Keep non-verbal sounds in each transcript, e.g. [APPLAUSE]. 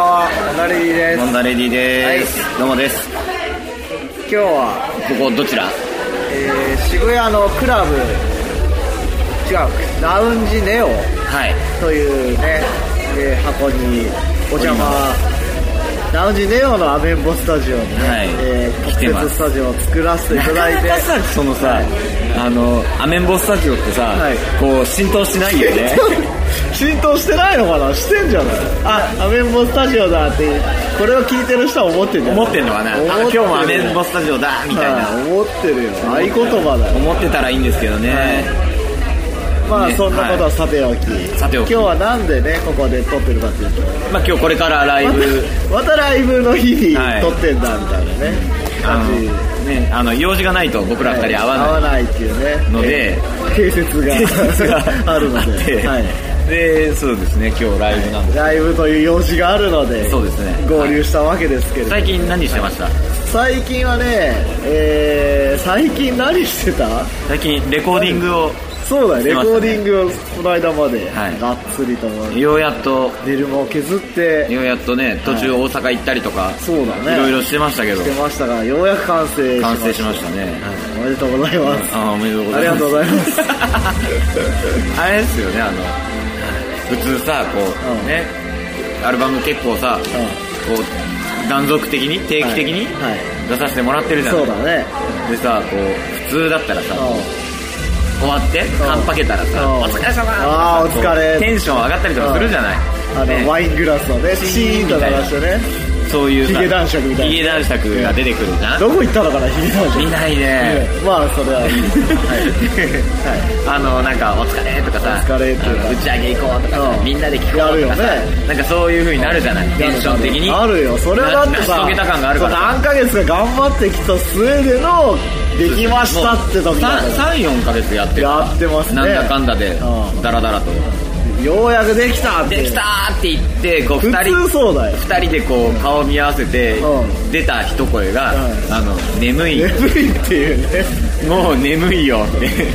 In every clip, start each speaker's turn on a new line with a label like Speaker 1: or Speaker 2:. Speaker 1: ダレディです
Speaker 2: モンダレディです、どうもです
Speaker 1: 今日は、
Speaker 2: ここどちら
Speaker 1: えー渋谷のクラブ違うラウンジネオ
Speaker 2: はい
Speaker 1: というね、えー箱にお邪魔ラウンジネオのアメンボスタジオにね、
Speaker 2: はい
Speaker 1: えー
Speaker 2: 来て
Speaker 1: 特
Speaker 2: ま
Speaker 1: 設
Speaker 2: す
Speaker 1: スタジオを作らせていただい
Speaker 2: な
Speaker 1: て
Speaker 2: かなかさ [LAUGHS] そのさ、あのアメンボスタジオってさ、
Speaker 1: はい
Speaker 2: こう浸透しないよ
Speaker 1: [LAUGHS]
Speaker 2: ね
Speaker 1: 浸透してないのかなしてんじゃないあアメンボスタジオだってこれを聞いてる人は思ってんじゃない
Speaker 2: 思ってんのかなあ
Speaker 1: 思ってる
Speaker 2: 今日もアメンボスタジオだみたいな、
Speaker 1: はい思ってるよ合言葉だよ
Speaker 2: 思ってたらいいんですけどね、
Speaker 1: まあ
Speaker 2: ね
Speaker 1: そんなことはさておき、
Speaker 2: さておき
Speaker 1: 今日はなんでねここで撮ってるかっていうと
Speaker 2: まあ今日これからライブ
Speaker 1: またまたライブの日に
Speaker 2: はい
Speaker 1: 撮ってんだみたいなね、
Speaker 2: あの
Speaker 1: 感じ
Speaker 2: ねあの用事がないと僕ら二人合わない、
Speaker 1: いっていうね
Speaker 2: ので
Speaker 1: え定説が [LAUGHS] [LAUGHS] あるので、はい、
Speaker 2: い、でそうですね今日ライブなんで
Speaker 1: ライブという用事があるので
Speaker 2: そうですね
Speaker 1: 合流したわけですけれど、
Speaker 2: 最近何してました、
Speaker 1: 最近はね、えー、最近何してた
Speaker 2: 最近レコーディングを
Speaker 1: そうだね
Speaker 2: して
Speaker 1: レコ
Speaker 2: ましたね
Speaker 1: ーディングをこの間まで、
Speaker 2: はい
Speaker 1: がっつりと
Speaker 2: ようやっと
Speaker 1: 寝る間を削って
Speaker 2: ようやっとね途中大阪行ったりとか、
Speaker 1: そうだね
Speaker 2: いろいろしてましたけど
Speaker 1: してましたがようやく完成しま
Speaker 2: 完
Speaker 1: した
Speaker 2: 成しましたね
Speaker 1: おめでとうございます
Speaker 2: あおめでとうござ
Speaker 1: あり
Speaker 2: います
Speaker 1: がとうございます
Speaker 2: あれですよねあの普通さこう、
Speaker 1: うん
Speaker 2: ねアルバム結構さ、こう断続的に定期的に
Speaker 1: はいはい
Speaker 2: 出させてもらってるじゃな
Speaker 1: そ
Speaker 2: いう
Speaker 1: だね
Speaker 2: でさこう普通だったらさ
Speaker 1: う
Speaker 2: 終わってカンパけたらさ
Speaker 1: うん
Speaker 2: 「お疲れ様とかさ
Speaker 1: あーお疲れ
Speaker 2: こうテンション上がったりとかするじゃない
Speaker 1: んあの、
Speaker 2: ね
Speaker 1: ワイングラスをねシーンと鳴らしてね
Speaker 2: そういうさ
Speaker 1: ヒゲ男爵みたいな
Speaker 2: ヒゲ男爵が出てくるじゃん
Speaker 1: どこ行ったのかなヒゲ男
Speaker 2: 見
Speaker 1: 爵
Speaker 2: ないね
Speaker 1: うんまあそれはいいですはい、はい
Speaker 2: あのなんか「お疲れ」とかさ
Speaker 1: お疲れとか
Speaker 2: あの打ち上げ行こう」とかさ
Speaker 1: うん
Speaker 2: みんなで聞こう」とかさ
Speaker 1: やるよ
Speaker 2: なんかそういう風になるじゃないテンション的に
Speaker 1: あるよそれはだって
Speaker 2: な成
Speaker 1: さ
Speaker 2: し遂げた感があるから
Speaker 1: 何ヶ月か頑張ってきた末でのできましたって時だから
Speaker 2: 34ヶ月やってる
Speaker 1: やってますね
Speaker 2: なんだかんだで
Speaker 1: うん
Speaker 2: ダラダラと
Speaker 1: ようやくできたっ
Speaker 2: 「
Speaker 1: て
Speaker 2: できた!」って言ってこう
Speaker 1: 普
Speaker 2: 2人
Speaker 1: 通そう
Speaker 2: [LAUGHS]
Speaker 1: だよ
Speaker 2: 二人でこう顔見合わせて
Speaker 1: うん
Speaker 2: 出た一声が
Speaker 1: う
Speaker 2: 「あの眠い
Speaker 1: 眠いっていうね
Speaker 2: もう眠いよ」って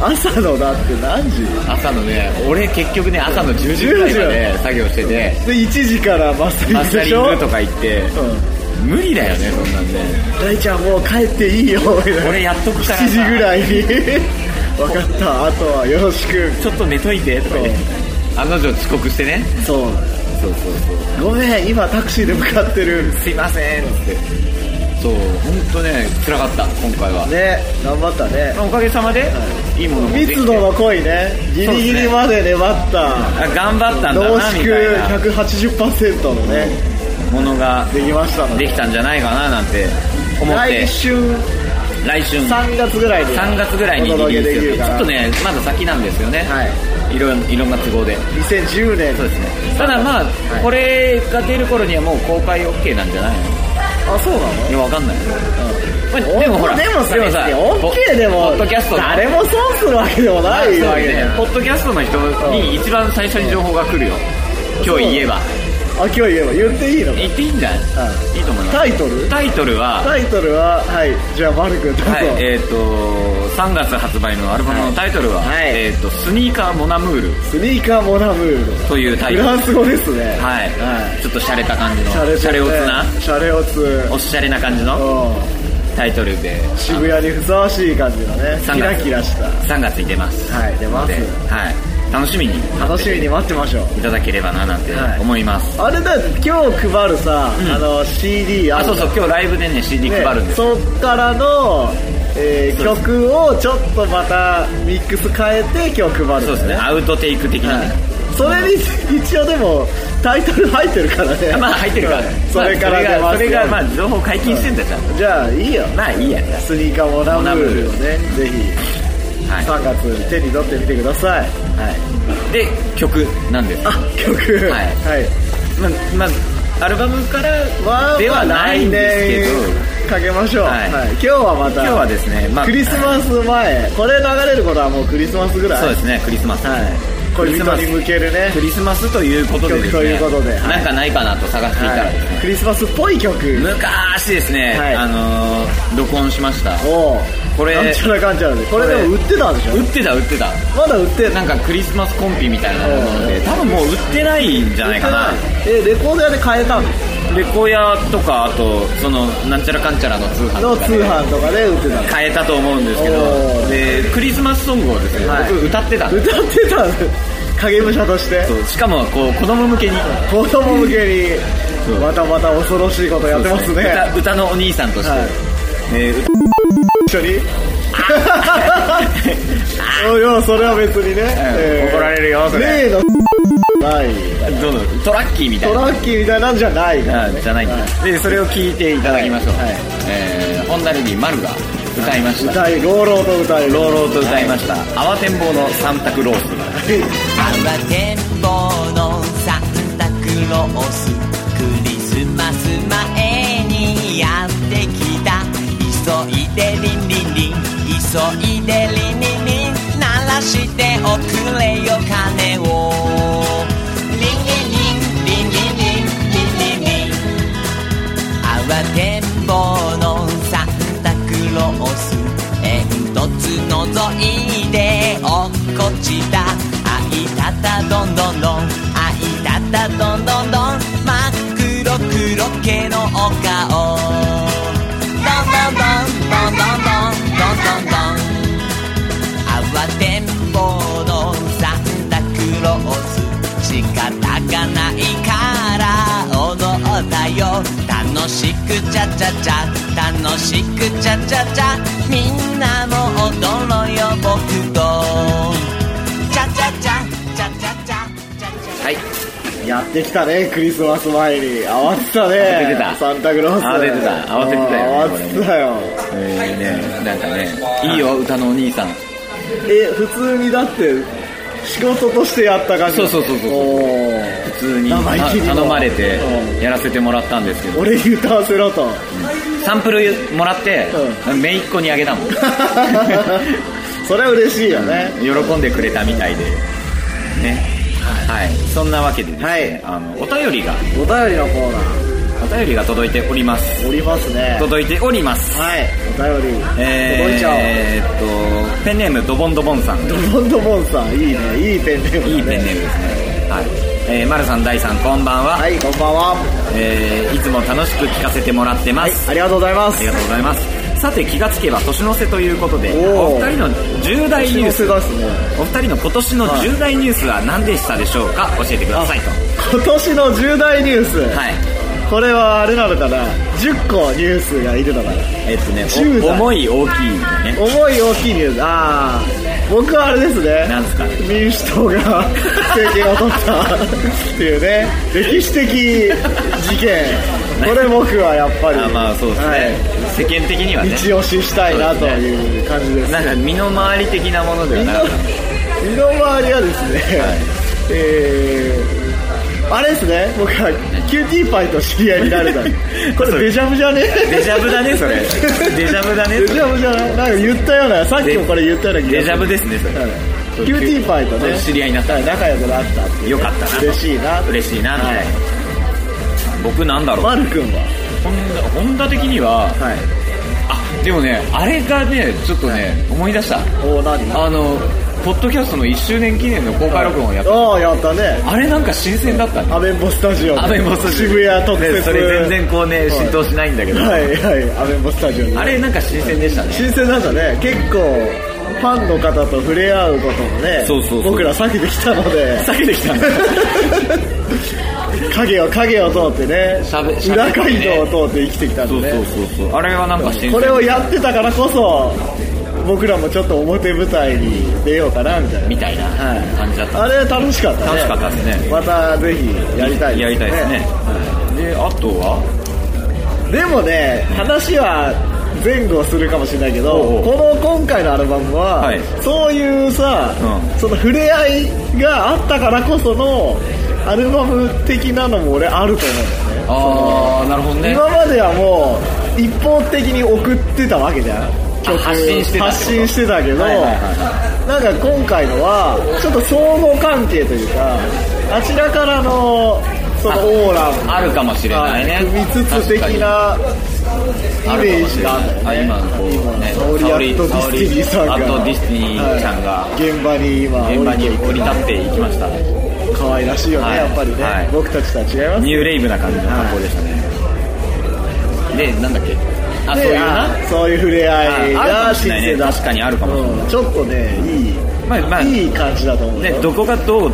Speaker 1: 朝のだって何時
Speaker 2: 朝のね俺結局ね朝の10時ぐらいまで作業してて
Speaker 1: で1時からマスタ
Speaker 2: マ
Speaker 1: リン
Speaker 2: ス
Speaker 1: グ
Speaker 2: タ
Speaker 1: で
Speaker 2: リ
Speaker 1: し
Speaker 2: ン
Speaker 1: ょ
Speaker 2: グとか行って
Speaker 1: うん
Speaker 2: 無理だよねそんなんね
Speaker 1: 大ちゃんもう帰っていいよみたいな
Speaker 2: 俺やっとくからさ
Speaker 1: 7時ぐらいに分かったあとはよろしく
Speaker 2: ちょっと寝といてとか言って案の定遅刻してね
Speaker 1: そう
Speaker 2: そうそうそ
Speaker 1: ごめん今タクシーで向かってる
Speaker 2: うすいませんっつってそう本当ね辛かった今回は
Speaker 1: ね頑張ったね
Speaker 2: おかげさまでいいものもできて
Speaker 1: 密度の濃いねギリギリまで粘った
Speaker 2: あ頑張ったんだ
Speaker 1: 濃
Speaker 2: なみたい
Speaker 1: 縮180%のね
Speaker 2: なものが
Speaker 1: できましたの
Speaker 2: で
Speaker 1: で
Speaker 2: きたんじゃないかななんて思って
Speaker 1: 来春
Speaker 2: 来春
Speaker 1: 3月ぐらいに
Speaker 2: 3月ぐらいに
Speaker 1: お
Speaker 2: リ
Speaker 1: 届
Speaker 2: リ
Speaker 1: け
Speaker 2: ース
Speaker 1: でき
Speaker 2: 予
Speaker 1: る
Speaker 2: 定ち
Speaker 1: か
Speaker 2: ょ
Speaker 1: ら
Speaker 2: っとねまだ先なんですよね
Speaker 1: はい
Speaker 2: いろんいろんな都合で
Speaker 1: 2010年
Speaker 2: そうですねただまあ
Speaker 1: はい
Speaker 2: これが出る頃にはもう公開 OK なんじゃないの
Speaker 1: あそうなの
Speaker 2: いやわかんないまあ
Speaker 1: うん
Speaker 2: でもほら
Speaker 1: でもさ
Speaker 2: でもさ
Speaker 1: 別に
Speaker 2: ポ
Speaker 1: OK で
Speaker 2: ポ
Speaker 1: も
Speaker 2: ッドキャストの
Speaker 1: 誰も損するわけでもない
Speaker 2: そう
Speaker 1: わ
Speaker 2: だ
Speaker 1: け
Speaker 2: よ
Speaker 1: だ
Speaker 2: ねポ
Speaker 1: よ
Speaker 2: ッドキャストの人に一番最初に情報が来るよ今日言えば
Speaker 1: あ今日言えば言っていいのか
Speaker 2: 言っていいんじゃないいいと思います
Speaker 1: タイトル
Speaker 2: タイトルは
Speaker 1: タイトルははいじゃあ丸くんどうぞ
Speaker 2: はい、えっ、と3月発売のアルバムのタイトルは、
Speaker 1: はい
Speaker 2: えっ、とスニーカーモナムール
Speaker 1: スニーカーモナムール
Speaker 2: というタイト
Speaker 1: フ
Speaker 2: ル
Speaker 1: ランス語ですね
Speaker 2: はい、
Speaker 1: は
Speaker 2: ちょっと洒落た感じの
Speaker 1: いシャレてて
Speaker 2: 洒落オツな
Speaker 1: シャレオツ
Speaker 2: おしゃれな感じの
Speaker 1: う
Speaker 2: タイトルで
Speaker 1: ん渋谷にふさわしい感じのね
Speaker 2: 3月
Speaker 1: キラキラした
Speaker 2: 3月に出ます
Speaker 1: はい出ます
Speaker 2: のではい、楽しみに
Speaker 1: 楽しみに待ってましょう
Speaker 2: いただければななんて
Speaker 1: はい
Speaker 2: 思います、
Speaker 1: あれだよ今日配るさ、あの CD あ
Speaker 2: あ
Speaker 1: る
Speaker 2: そう
Speaker 1: じゃん
Speaker 2: そう今日ライブでね CD
Speaker 1: ね
Speaker 2: 配るんです、
Speaker 1: そっからの、えー
Speaker 2: そうで
Speaker 1: 曲をちょっとまたミックス変えて今日配るんだよね
Speaker 2: そうですねアウトテイク的な
Speaker 1: は
Speaker 2: ね、
Speaker 1: いそれに一応でもタイトル入ってるからね
Speaker 2: [LAUGHS] まあ入ってるから、
Speaker 1: うんそれから
Speaker 2: まあ
Speaker 1: 出
Speaker 2: それがそれ
Speaker 1: ます
Speaker 2: がまあ情報解禁してんだじゃんと
Speaker 1: じゃあいいよ
Speaker 2: まあいいや
Speaker 1: スニーカーモナムールをねぜひ
Speaker 2: はい
Speaker 1: 3月に手に取ってみてくださいはい
Speaker 2: で曲なんです
Speaker 1: あ
Speaker 2: は
Speaker 1: 曲
Speaker 2: い
Speaker 1: はい
Speaker 2: ままあアルバムから
Speaker 1: まあ
Speaker 2: ではないんですけど、
Speaker 1: けどかけましょう、
Speaker 2: はい
Speaker 1: はい今日はまた
Speaker 2: 今日はですね、まあ、
Speaker 1: クリスマス前これ流れることはもうクリスマスぐらい
Speaker 2: そうですねクリスマス、
Speaker 1: はい
Speaker 2: クリ
Speaker 1: 恋
Speaker 2: スマ
Speaker 1: 人
Speaker 2: ス
Speaker 1: に向けるね
Speaker 2: クリスマスということでですね
Speaker 1: ということではい
Speaker 2: なんかないかなと探していたらですね、
Speaker 1: はいクリスマスっぽい曲
Speaker 2: 昔ですね、
Speaker 1: はい
Speaker 2: あのー録音しました
Speaker 1: を
Speaker 2: これ
Speaker 1: なんちゃらかんちゃらでこれでも売ってたんでしょ
Speaker 2: 売ってた売ってた
Speaker 1: まだ売ってんの
Speaker 2: なんかクリスマスコンピみたいなもので多分もう売ってないんじゃないかな
Speaker 1: 売ってえレコード屋で買えたの
Speaker 2: レコヤとかあとそのなんちゃらかんちゃらの通販
Speaker 1: の通販とかで売って
Speaker 2: [LAUGHS]
Speaker 1: たの
Speaker 2: 変えたと思うんですけど
Speaker 1: おー
Speaker 2: でクリスマスソングをですね、
Speaker 1: はい
Speaker 2: 僕歌ってたんです
Speaker 1: 歌ってたの影武者として
Speaker 2: そうしかもこう子供向けに
Speaker 1: 子供向け
Speaker 2: そ
Speaker 1: に
Speaker 2: う
Speaker 1: またまた恐ろしいことやってますね
Speaker 2: 歌歌のお兄さんとして、
Speaker 1: はい
Speaker 2: えー歌
Speaker 1: 一緒
Speaker 2: [LAUGHS]
Speaker 1: にいやそれは別にね、えー
Speaker 2: 怒られるよそれ
Speaker 1: 例のない
Speaker 2: どのトラッキーみたい
Speaker 1: ト
Speaker 2: な
Speaker 1: ラッキーみたいなんじゃないから
Speaker 2: あじゃないんだ、でそれを聞いていただきましょう、
Speaker 1: はいはい
Speaker 2: えー、本並に丸が歌いました、
Speaker 1: 歌い朗々と歌い
Speaker 2: 朗々と歌いました、慌てんぼうの三択ロース
Speaker 3: 「あわてんぼうのサンタクロース」「クリスマス前にやってきた」「急いでリンリンリン」「急いでリンリンリン」「鳴らしておくれよ鐘を」「リンリンリンリンリンリンリンリンリン」慌てんぼうのサンタクロース煙突のぞいで落っこちたあいたたどんどんどんあいたたどんどんどん真っ黒黒けのお顔どんどんどんどんどんどんどんどんどん慌てんぼうのサンタクロース仕方がないから踊ったよ楽しくちゃちゃちゃ楽しくちゃちゃちゃみんなも踊ろうよ僕とちゃちゃちゃちゃちゃちゃちゃちゃ
Speaker 2: はい
Speaker 1: やってきたねクリスマス前に慌てたね
Speaker 2: 慌ててた
Speaker 1: サンタクロース
Speaker 2: 慌ててた慌ててたよ
Speaker 1: うん慌ててたよ
Speaker 2: えーねなんかねいいよ歌のお兄さん
Speaker 1: え普通にだって仕事としてやった感じ
Speaker 2: そうそうそうそうそう
Speaker 1: お
Speaker 2: 普通にた
Speaker 1: 生意気にも
Speaker 2: 頼まれて
Speaker 1: う
Speaker 2: やらせてもらったんですけ
Speaker 1: ー
Speaker 2: ど
Speaker 1: 俺に歌わせろと
Speaker 2: [LAUGHS] サンプルもらって姪っ子にあげた
Speaker 1: [LAUGHS]
Speaker 2: もん
Speaker 1: それは嬉しいよね、
Speaker 2: 喜んでくれたみたいでねはいそんなわけでですね、
Speaker 1: はい
Speaker 2: あのお便りが
Speaker 1: お便りのコーナ
Speaker 2: お便りが届いております
Speaker 1: ーおりますね
Speaker 2: 届いております
Speaker 1: はいお便り、
Speaker 2: えー、
Speaker 1: 届いちゃおう
Speaker 2: えーっとペンネームドボンドボンさんいい
Speaker 1: ドボンドボンさんいいねいいペンネームだね
Speaker 2: ペンネームですねはい、えー、丸さん大さんこんばんは、
Speaker 1: はいこんばんは
Speaker 2: えーいつも楽しく聞かせてもらってま
Speaker 1: はい
Speaker 2: す、
Speaker 1: ありがとうございま
Speaker 2: あ
Speaker 1: す
Speaker 2: りがとうございますさて気がつけば年の瀬ということで
Speaker 1: おー
Speaker 2: お二人の重大ニュース
Speaker 1: 年の瀬ですね
Speaker 2: お二人の今年の重大ニュースは何でしたでしょうか教えてくださいと
Speaker 1: 今年の重大ニュース、
Speaker 2: はい
Speaker 1: これはあれなのかな10個ニュースがいるのかな
Speaker 2: えっとね
Speaker 1: 重
Speaker 2: お
Speaker 1: 大
Speaker 2: 重い大きいね
Speaker 1: 重い大きいニュースああ僕はあれですね
Speaker 2: なんですか
Speaker 1: 民主党が [LAUGHS] 政権を取ったっていうね歴史的事件これ僕はやっぱり
Speaker 2: あまあそうですね、世間的には
Speaker 1: はい
Speaker 2: ね
Speaker 1: 一押ししたいなという感じです
Speaker 2: なんか身の回り的なものでは
Speaker 1: 身の
Speaker 2: なかっ
Speaker 1: 身の回りはですね、えーあれですね僕はキューティーパイと知り合いに
Speaker 2: [LAUGHS]
Speaker 1: なれたこれデジャブじゃね
Speaker 2: たデジャブだねそれ
Speaker 1: [LAUGHS]
Speaker 2: デジャブだね
Speaker 1: デジャブじゃないなんか言ったようなさっきもこれ言ったような気がする
Speaker 2: デジャブですねそれ、
Speaker 1: はいキューティーパイとね
Speaker 2: 知り合いになった
Speaker 1: はい仲良くなったっていう
Speaker 2: よかったな
Speaker 1: 嬉しいな
Speaker 2: 嬉しいな、
Speaker 1: はい
Speaker 2: 僕なんだろう、
Speaker 1: マル君は
Speaker 2: ホンダホンダ的には
Speaker 1: はい
Speaker 2: あでもねあれがねちょっとね思い出した
Speaker 1: おお何
Speaker 2: あのポッドキャストの1周年記念の公開録音をやった
Speaker 1: ああやったね
Speaker 2: あれなんか新鮮だったね
Speaker 1: アメンボスタジオ
Speaker 2: アメンボス
Speaker 1: 渋谷特
Speaker 2: ね
Speaker 1: 設
Speaker 2: それ全然こうね浸透しないんだけ
Speaker 1: [LAUGHS]
Speaker 2: ど、
Speaker 1: はいはいアメンボスタジオに
Speaker 2: あれなんか新鮮でしたね
Speaker 1: 新鮮なんだね結構ファンの方と触れ合うこともね
Speaker 2: そうそうそう
Speaker 1: 僕ら避けてきたので
Speaker 2: 避けてきたんだ
Speaker 1: 影を影を通ってね
Speaker 2: しゃべしゃべ
Speaker 1: 裏
Speaker 2: って
Speaker 1: 街
Speaker 2: ね
Speaker 1: 道を通って生きてきた
Speaker 2: そ
Speaker 1: ん
Speaker 2: う
Speaker 1: で
Speaker 2: そう
Speaker 1: ね
Speaker 2: そうそうあれはなんか新鮮
Speaker 1: これをやってたからこそ僕らもちょっと表舞台に出ようかなみたいな
Speaker 2: みたいな
Speaker 1: はい
Speaker 2: 感じだった、
Speaker 1: あれ楽しかったね
Speaker 2: 楽しかったですね
Speaker 1: またぜひやりたい
Speaker 2: やりたいですね、であとは
Speaker 1: でもね話は前後するかもしれないけど
Speaker 2: おうお
Speaker 1: この今回のアルバムは、
Speaker 2: はい
Speaker 1: そういうさ、
Speaker 2: うん
Speaker 1: その触れ合いがあったからこそのアルバム的なのも俺あると思
Speaker 2: あ
Speaker 1: うんだよね
Speaker 2: あなるほどね
Speaker 1: 今まではもう一方的に送ってたわけじゃん曲
Speaker 2: 発信してたってこと
Speaker 1: 発信してたけど、
Speaker 2: はいはいはい
Speaker 1: なんか今回のはちょっと相互関係というかあちらからのそのオーラも
Speaker 2: あるかもしれないね
Speaker 1: 組みつつ的な
Speaker 2: あ
Speaker 1: イメージがあるんだよね
Speaker 2: 今こうね
Speaker 1: サオリアットディスティニーさんが
Speaker 2: サオリアットディスティニーちゃんが
Speaker 1: はい現場に今
Speaker 2: 現場に降り
Speaker 1: て
Speaker 2: 立っていきました
Speaker 1: 可愛らしいよね、
Speaker 2: はい
Speaker 1: やっぱりね、
Speaker 2: はい
Speaker 1: 僕たちとは違います
Speaker 2: ニューレイブな感じの格好でしたね。で、なんだっけあ、そう
Speaker 1: で
Speaker 2: いうな
Speaker 1: あ。そういう触れ合
Speaker 2: あ
Speaker 1: い
Speaker 2: あるか
Speaker 1: が
Speaker 2: もしれ
Speaker 1: 新
Speaker 2: ないね
Speaker 1: 鮮だ
Speaker 2: 確かにあるかもしれ
Speaker 1: うんちょっとねいい、
Speaker 2: まあまあ
Speaker 1: いい感じだと思うよ
Speaker 2: ね、どこがどう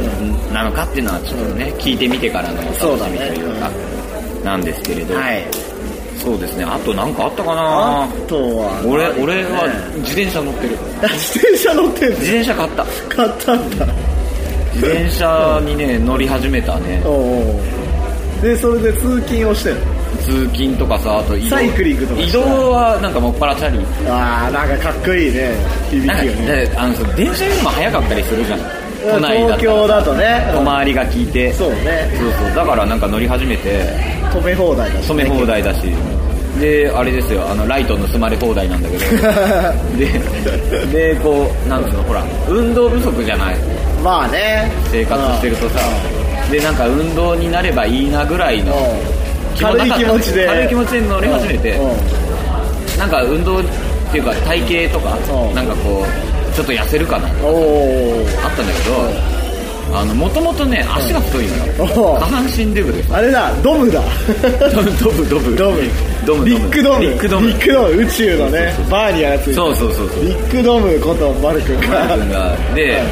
Speaker 2: なのかっていうのはちょっとね、聞いてみてからのお楽しみというか、なんですけれど、
Speaker 1: はい
Speaker 2: そうですね、あとなんかあったか
Speaker 1: あ
Speaker 2: な
Speaker 1: とは
Speaker 2: 俺、
Speaker 1: ね
Speaker 2: 俺は自転車乗ってる。
Speaker 1: 自転車乗ってんの
Speaker 2: 自転車買った。
Speaker 1: 買ったんだ
Speaker 2: 自転車にね、乗り始めたね。
Speaker 1: おうおうでそれで通勤をしてる
Speaker 2: 通勤とかさ、あと移動。
Speaker 1: サイクリングとか
Speaker 2: 移
Speaker 1: した
Speaker 2: 動はなんかもっぱらチャリ。
Speaker 1: ああなんかかっこいいね響
Speaker 2: なん
Speaker 1: き
Speaker 2: か
Speaker 1: よね
Speaker 2: だあのさ電車よりも早かったりするじゃん。都内だったら
Speaker 1: 東京だとね
Speaker 2: 小回りが効いて。
Speaker 1: そうね
Speaker 2: そうそう。だからなんか乗り始めて、
Speaker 1: 止め放題だし
Speaker 2: 染め放題だし、で、あれですよ、あの、ライト盗まれ放題なんだ
Speaker 1: [LAUGHS]
Speaker 2: けど、で、で、こう、なんつうの、ほら、運動不足じゃない、
Speaker 1: まあね
Speaker 2: 生活してるとさ、で、なんか運動になればいいなぐらい
Speaker 1: うん
Speaker 2: の
Speaker 1: うん
Speaker 2: も
Speaker 1: 軽い
Speaker 2: なか
Speaker 1: 気
Speaker 2: った
Speaker 1: 持ちで
Speaker 2: 軽い気持ちで乗り始めて
Speaker 1: うん、うん
Speaker 2: なんか運動っていうか、体型とか
Speaker 1: うん、
Speaker 2: なんかこう、ちょっと痩せるかな、あっ
Speaker 1: おお
Speaker 2: たんだけど、あの、もともとね、足が太いのよ。
Speaker 1: おう
Speaker 2: 下半身デブで。
Speaker 1: あれだドムだ
Speaker 2: ドブドブ
Speaker 1: ドム
Speaker 2: ドム
Speaker 1: ビッグドム
Speaker 2: ビッグドム
Speaker 1: ビッグドム宇宙のねバーに操る
Speaker 2: そうそうそうそう
Speaker 1: ビッグドムことマル君
Speaker 2: マ
Speaker 1: が
Speaker 2: ル君がで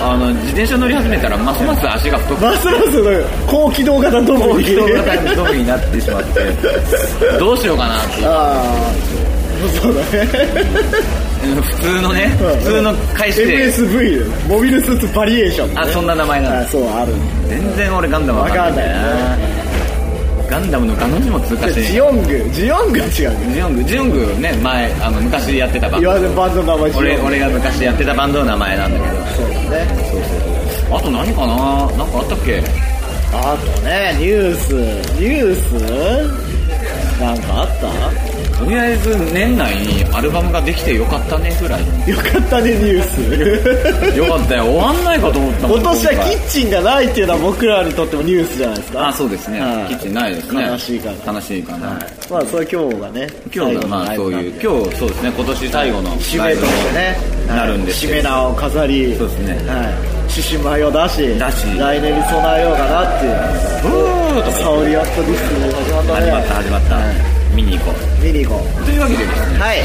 Speaker 2: あの自転車乗り始めたらますます足が太く
Speaker 1: ますますの高機動型ドムに
Speaker 2: 人型のドブになってしまってどうしようかなっていう
Speaker 1: ああそうだね
Speaker 2: 普通のね普通の返しで
Speaker 1: MSV だねモビルスーツバリエーションね
Speaker 2: あそんな名前なん
Speaker 1: あ
Speaker 2: だ
Speaker 1: そうある
Speaker 2: 全然俺ガンダムわかんないなガンダムのガの字も通過し
Speaker 1: で
Speaker 2: て
Speaker 1: ジ
Speaker 2: ね
Speaker 1: オングジオングは違うね
Speaker 2: ジオングジオングね前あの昔やってたバンド
Speaker 1: 言わずバンドの名前ジオン
Speaker 2: 俺
Speaker 1: グ
Speaker 2: 俺が昔やってたバンドの名前なんだけど
Speaker 1: そうだね
Speaker 2: あと何かななんかあったっけ
Speaker 1: あとねニュースニュースなんかあった
Speaker 2: とりあえず年内にアルバムができてよかったねぐらい
Speaker 1: よかったねニュース
Speaker 2: よかったよ終わんないかと思ったもん
Speaker 1: 今年はキ
Speaker 2: 今
Speaker 1: ッチンがないっていうのは僕らにとってもニュースじゃないです
Speaker 2: 回
Speaker 1: か
Speaker 2: あそうですね、
Speaker 1: はい
Speaker 2: キッチンないですね
Speaker 1: 悲しいか
Speaker 2: 悲しいかな、
Speaker 1: まあそれ今日がね
Speaker 2: 今日がまあ
Speaker 1: 最
Speaker 2: そ
Speaker 1: 後
Speaker 2: う
Speaker 1: のラ
Speaker 2: い
Speaker 1: イ
Speaker 2: う
Speaker 1: ブ
Speaker 2: 今日そうですね今年最後の
Speaker 1: なんで締めとしてね
Speaker 2: なるんですけ
Speaker 1: 締
Speaker 2: ど
Speaker 1: め縄を飾り
Speaker 2: そうですね
Speaker 1: はい獅子舞を出し
Speaker 2: 出し
Speaker 1: 来年に備えようかなっていう
Speaker 2: ブーとか
Speaker 1: サオリアットディスプレイ始まった
Speaker 2: 始
Speaker 1: ね
Speaker 2: まった始まった、見に行こう
Speaker 1: 見に行こう
Speaker 2: というわけでですね
Speaker 1: はい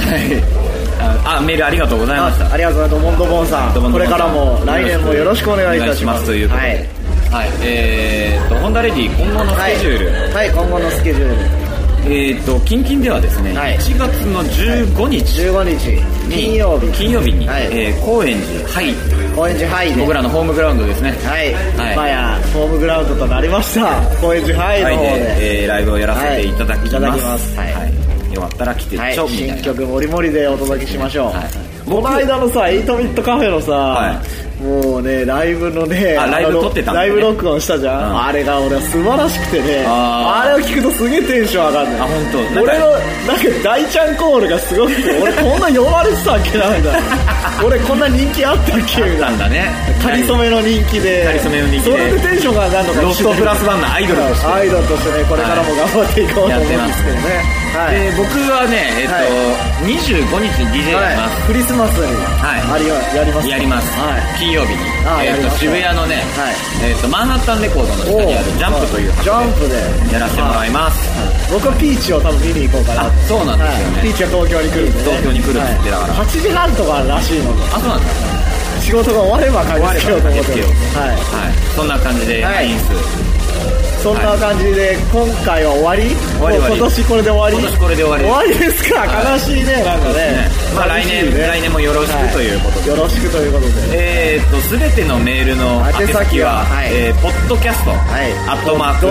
Speaker 2: ああメールありがとうございました
Speaker 1: あありがとうございますドモンドボンさん
Speaker 2: どうも
Speaker 1: これからも来年もよろしくお願いいたします
Speaker 2: お願いしますと
Speaker 1: は
Speaker 2: いう
Speaker 1: い
Speaker 2: ことではい、えーとホンダレディ今後のスケジュール、
Speaker 1: はい、はい、今後のスケジュール
Speaker 2: えーと近々ではですね、
Speaker 1: はい
Speaker 2: 1月の15日
Speaker 1: 15日
Speaker 2: に
Speaker 1: 金曜日
Speaker 2: 金曜日に、
Speaker 1: はい
Speaker 2: えー高円寺はい
Speaker 1: 高円寺ハイで
Speaker 2: 僕らのホームグラウンドですね
Speaker 1: はい、
Speaker 2: はい
Speaker 1: 今やホームグラウンドとなりました高円寺ハイの
Speaker 2: は
Speaker 1: 方
Speaker 2: い
Speaker 1: で、
Speaker 2: で、えーライブをやらせていただきます,、
Speaker 1: はいいただきますはい
Speaker 2: よかったら来て
Speaker 1: はい
Speaker 2: ちょ、みた
Speaker 1: 新
Speaker 2: いな
Speaker 1: 曲もりもりでお届けしましょう、
Speaker 2: はい
Speaker 1: この間のさエイトミットカフェのさ、
Speaker 2: は
Speaker 1: もうねライブのね
Speaker 2: あライブ
Speaker 1: の
Speaker 2: 撮ってたんだ
Speaker 1: ラ
Speaker 2: ね
Speaker 1: イブ録音したじゃ
Speaker 2: う
Speaker 1: ん、
Speaker 2: ん
Speaker 1: あれが俺は素晴らしくてね
Speaker 2: あ
Speaker 1: あ
Speaker 2: ー
Speaker 1: れを聞くとすげえテンション上がるのよ
Speaker 2: あ本当なんか
Speaker 1: 俺のなんか大ちゃんコールがすごくて俺こんな呼ばれてたっけな
Speaker 2: [LAUGHS]
Speaker 1: んだ俺こんな人気あったっけみた
Speaker 2: ないんだ
Speaker 1: な
Speaker 2: ね
Speaker 1: かりそめの人気で
Speaker 2: かりそめの人気で
Speaker 1: それでテンションが上がるのか
Speaker 2: ロストプラスワンのアイドルとして
Speaker 1: アイドルとしてねこれからも頑張っていこうと思
Speaker 2: や
Speaker 1: うん
Speaker 2: って
Speaker 1: で
Speaker 2: ますす
Speaker 1: けどねは
Speaker 2: で
Speaker 1: い
Speaker 2: 僕はねえっ、と、
Speaker 1: はい
Speaker 2: 25日に DJ やります、
Speaker 1: クリスマスに、
Speaker 2: い
Speaker 1: ありはやります
Speaker 2: やります、
Speaker 1: はい
Speaker 2: 金曜日に
Speaker 1: あー
Speaker 2: え
Speaker 1: や
Speaker 2: っ
Speaker 1: り
Speaker 2: と
Speaker 1: ます
Speaker 2: 渋谷のね、
Speaker 1: はい
Speaker 2: えっとマンハッタンレコードの下にあるジャンプという
Speaker 1: ジャンプで
Speaker 2: やらせてもらいます、
Speaker 1: 僕はピーチを多分見に行こうかな
Speaker 2: あそうなんですよね
Speaker 1: はいピーチは東京に来るんで、ね、
Speaker 2: 東京に来るって言ってたから
Speaker 1: はい8時半とからしいので
Speaker 2: あそうなんですか
Speaker 1: 仕事が終われば駆けつけようと思って
Speaker 2: 終
Speaker 1: る
Speaker 2: われば駆けつ
Speaker 1: は
Speaker 2: はい
Speaker 1: い
Speaker 2: そんな感じで
Speaker 1: は
Speaker 2: ラ
Speaker 1: い
Speaker 2: イン数、
Speaker 1: そんな感じで今回は終わり
Speaker 2: 終わり終わり
Speaker 1: もう今年これで終わり
Speaker 2: 今年これで終わり
Speaker 1: 終わりですか、
Speaker 2: はい
Speaker 1: 悲しいねなんかね
Speaker 2: まあ来
Speaker 1: 寂しい
Speaker 2: 年、
Speaker 1: ね
Speaker 2: 来年もよろしくということで、
Speaker 1: よろしくということで
Speaker 2: えー、と、すべてのメールの宛
Speaker 1: 宛
Speaker 2: 先
Speaker 1: 先
Speaker 2: は、
Speaker 1: ははい
Speaker 2: えー、ポッドキャスト、
Speaker 1: い
Speaker 2: アットマーク、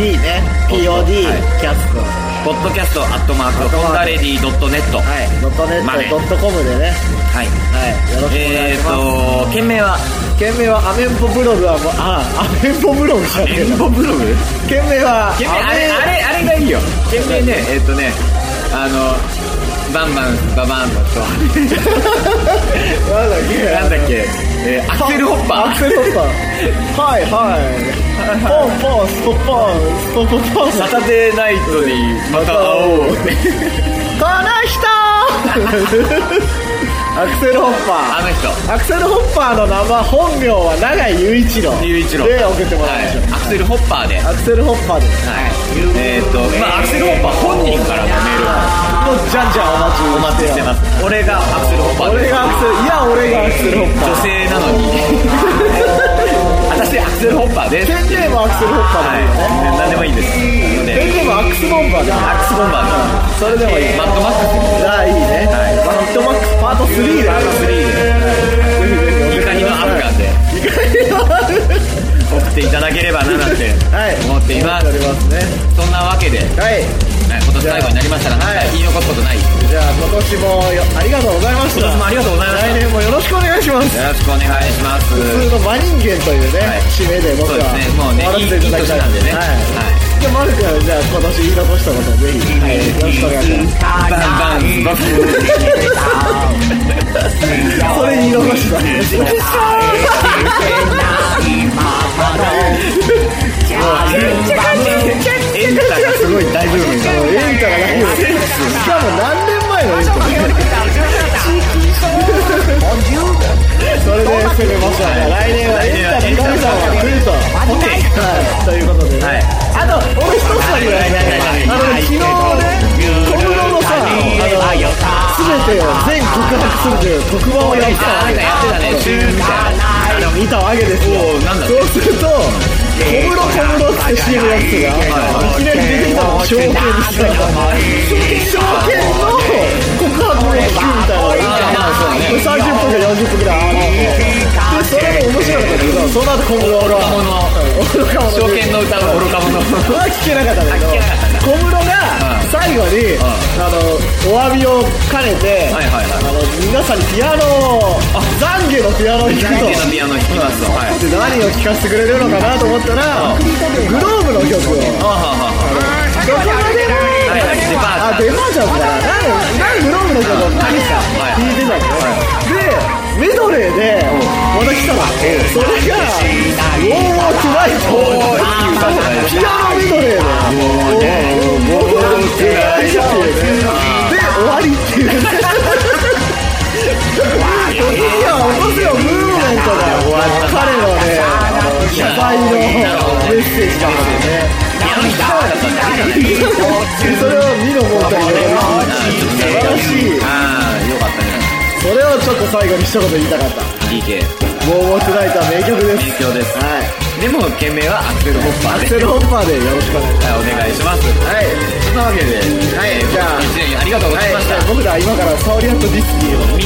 Speaker 1: D ね POD、
Speaker 2: はい
Speaker 1: キャスト
Speaker 2: ポッドキャスト、アットマーク、ホンダレディドットネット。は
Speaker 1: はい、ドットネ
Speaker 2: まで
Speaker 1: ットドットコムで
Speaker 2: い。
Speaker 1: ね、はい、よろしくお願い
Speaker 2: え
Speaker 1: し
Speaker 2: ー、
Speaker 1: ます。
Speaker 2: と、件名は、
Speaker 1: 件名はアメンポブログはもう、あ、アメンポブログじゃ [LAUGHS] ねえ
Speaker 2: ン
Speaker 1: な
Speaker 2: ボブログ
Speaker 1: 件名は、
Speaker 2: 件名、あれ、あ
Speaker 1: れ
Speaker 2: れ、あれがいいよ。件名ね、えー、とね、あの、バンバン、ババンの人、
Speaker 1: なんだっ
Speaker 2: [LAUGHS]
Speaker 1: け
Speaker 2: なんだっけ、えー、アクセルホッパー。
Speaker 1: アクセルホッパー。はいはい。ポンポン、スポポン、スポポポン。
Speaker 2: サタデーナイト [LAUGHS] にまた会おう。
Speaker 1: この人アクセルホッ
Speaker 2: あ
Speaker 1: パ
Speaker 2: の人
Speaker 1: ーアクセルホッパーの名前本名は永井雄一郎
Speaker 2: 雄一郎
Speaker 1: で送ってもらいましょう、
Speaker 2: はい、アクセルホッパーで、はい
Speaker 1: アクセルホッパーです
Speaker 2: えーとまあ、アクセルホッパー本人からのメール
Speaker 1: もうじゃんじゃん
Speaker 2: をお
Speaker 1: お
Speaker 2: 待
Speaker 1: 待
Speaker 2: ち
Speaker 1: ち
Speaker 2: し
Speaker 1: しててよ
Speaker 2: ます俺がアクセルホッパーで
Speaker 1: 俺
Speaker 2: す
Speaker 1: がアクセルいや俺がアクセルホッパー
Speaker 2: 女性なのに [LAUGHS] 私アクセルホッパーです
Speaker 1: ペンネームアクセルホッパーでいいよね、
Speaker 2: はい、何でもいいんですなの
Speaker 1: ペン
Speaker 2: で
Speaker 1: ネームアクスボンバーでもいい
Speaker 2: アクセルホッパーです
Speaker 1: それでもいい
Speaker 2: マッドマックスです
Speaker 1: ああいいね、バットマックスパート3で
Speaker 2: パート3で怒りのアフガンで送っていただければななんて
Speaker 1: はい
Speaker 2: 思っています、
Speaker 1: やりますね
Speaker 2: そんなわけで、はい、
Speaker 1: はい
Speaker 2: 今年最後になりましたが何か言い残すことない、
Speaker 1: じゃあ今年もよありがとうございました
Speaker 2: 今年もありがとうございました
Speaker 1: 来年もよろしくお願いします
Speaker 2: よろしくお願いします
Speaker 1: 普通の真人間というね、
Speaker 2: はい
Speaker 1: 締めで
Speaker 2: そ
Speaker 1: 僕
Speaker 2: うで
Speaker 1: は
Speaker 2: すねもうねいいいい年なんでね
Speaker 1: はい、じゃあマル君じゃあ今年言い残したことをぜひ、はい、よろしくお願いします
Speaker 2: バンバンズバ
Speaker 1: それ言い残した
Speaker 2: エンタがすごい大ブームになる
Speaker 1: エンタがないよしかも何年前のエンタそれで攻めましょう、
Speaker 2: はい
Speaker 1: 来年はエンタの神様が来ると、はい、ということで、
Speaker 2: はい
Speaker 1: あと俺一つだけ言わなきゃいけないあの昨日ね小室のさあの全てを全告白するという特番をやった
Speaker 2: あ
Speaker 1: わ
Speaker 2: なん
Speaker 1: け
Speaker 2: かやってたねシューみたいな
Speaker 1: 見たわけですよ
Speaker 2: おーなんだ
Speaker 1: そうすると小室小室って CM やってたが、い、きなり出てきたのが証券にしたら証券の告白の Q みたいなのが
Speaker 2: あーまあそうね
Speaker 1: 30分か40分ぐらいあってでそれも面白かったんだけどその後小
Speaker 2: 愚
Speaker 1: 室
Speaker 2: か
Speaker 1: の愚か者
Speaker 2: 者証券の歌の愚か者
Speaker 1: それは聞けなかったんだけど
Speaker 2: あ聞けなかったんだ
Speaker 1: 小室が最後に、あのお詫びを兼ねて、
Speaker 2: はいはいはい
Speaker 1: あの皆さんにピアノを懺悔のピアノを弾く
Speaker 2: 手の
Speaker 1: と
Speaker 2: ピアノ弾きますとはい
Speaker 1: で何を聴かせてくれるのかなと思ったらグローブの曲を
Speaker 2: あははは
Speaker 1: どこまでも
Speaker 2: はいはいデパート
Speaker 1: あデパーチャーかな何グローブの曲を何か
Speaker 2: はい
Speaker 1: 弾いてたんだよでメドレーでまた来たのそれが「ウォーウォーキュライト」ピアノメドレーで「ウォーウォーキュライト」っていうねで終わりっていう時には落とせよムーブメントだよ彼のねあの謝罪のメッセージだからね
Speaker 2: ピアノ弾きたかったんだ
Speaker 1: それを見のもんたに素晴らしい
Speaker 2: ああよかったね
Speaker 1: それをちょっと最後に一言言いたかった
Speaker 2: DK
Speaker 1: 「ボーボートライト」は名曲です
Speaker 2: 名曲です
Speaker 1: はい
Speaker 2: でも件名はアクセルホッパ
Speaker 1: ア
Speaker 2: ー
Speaker 1: ク
Speaker 2: で
Speaker 1: セルホッパーでよろしくお願いしま
Speaker 2: はいお願いします
Speaker 1: すはい
Speaker 2: そんなわけで、
Speaker 1: はい
Speaker 2: えー
Speaker 1: じゃあ
Speaker 2: 一年ありがとうございました、
Speaker 1: はい僕ら今からサオリアンとディスキーを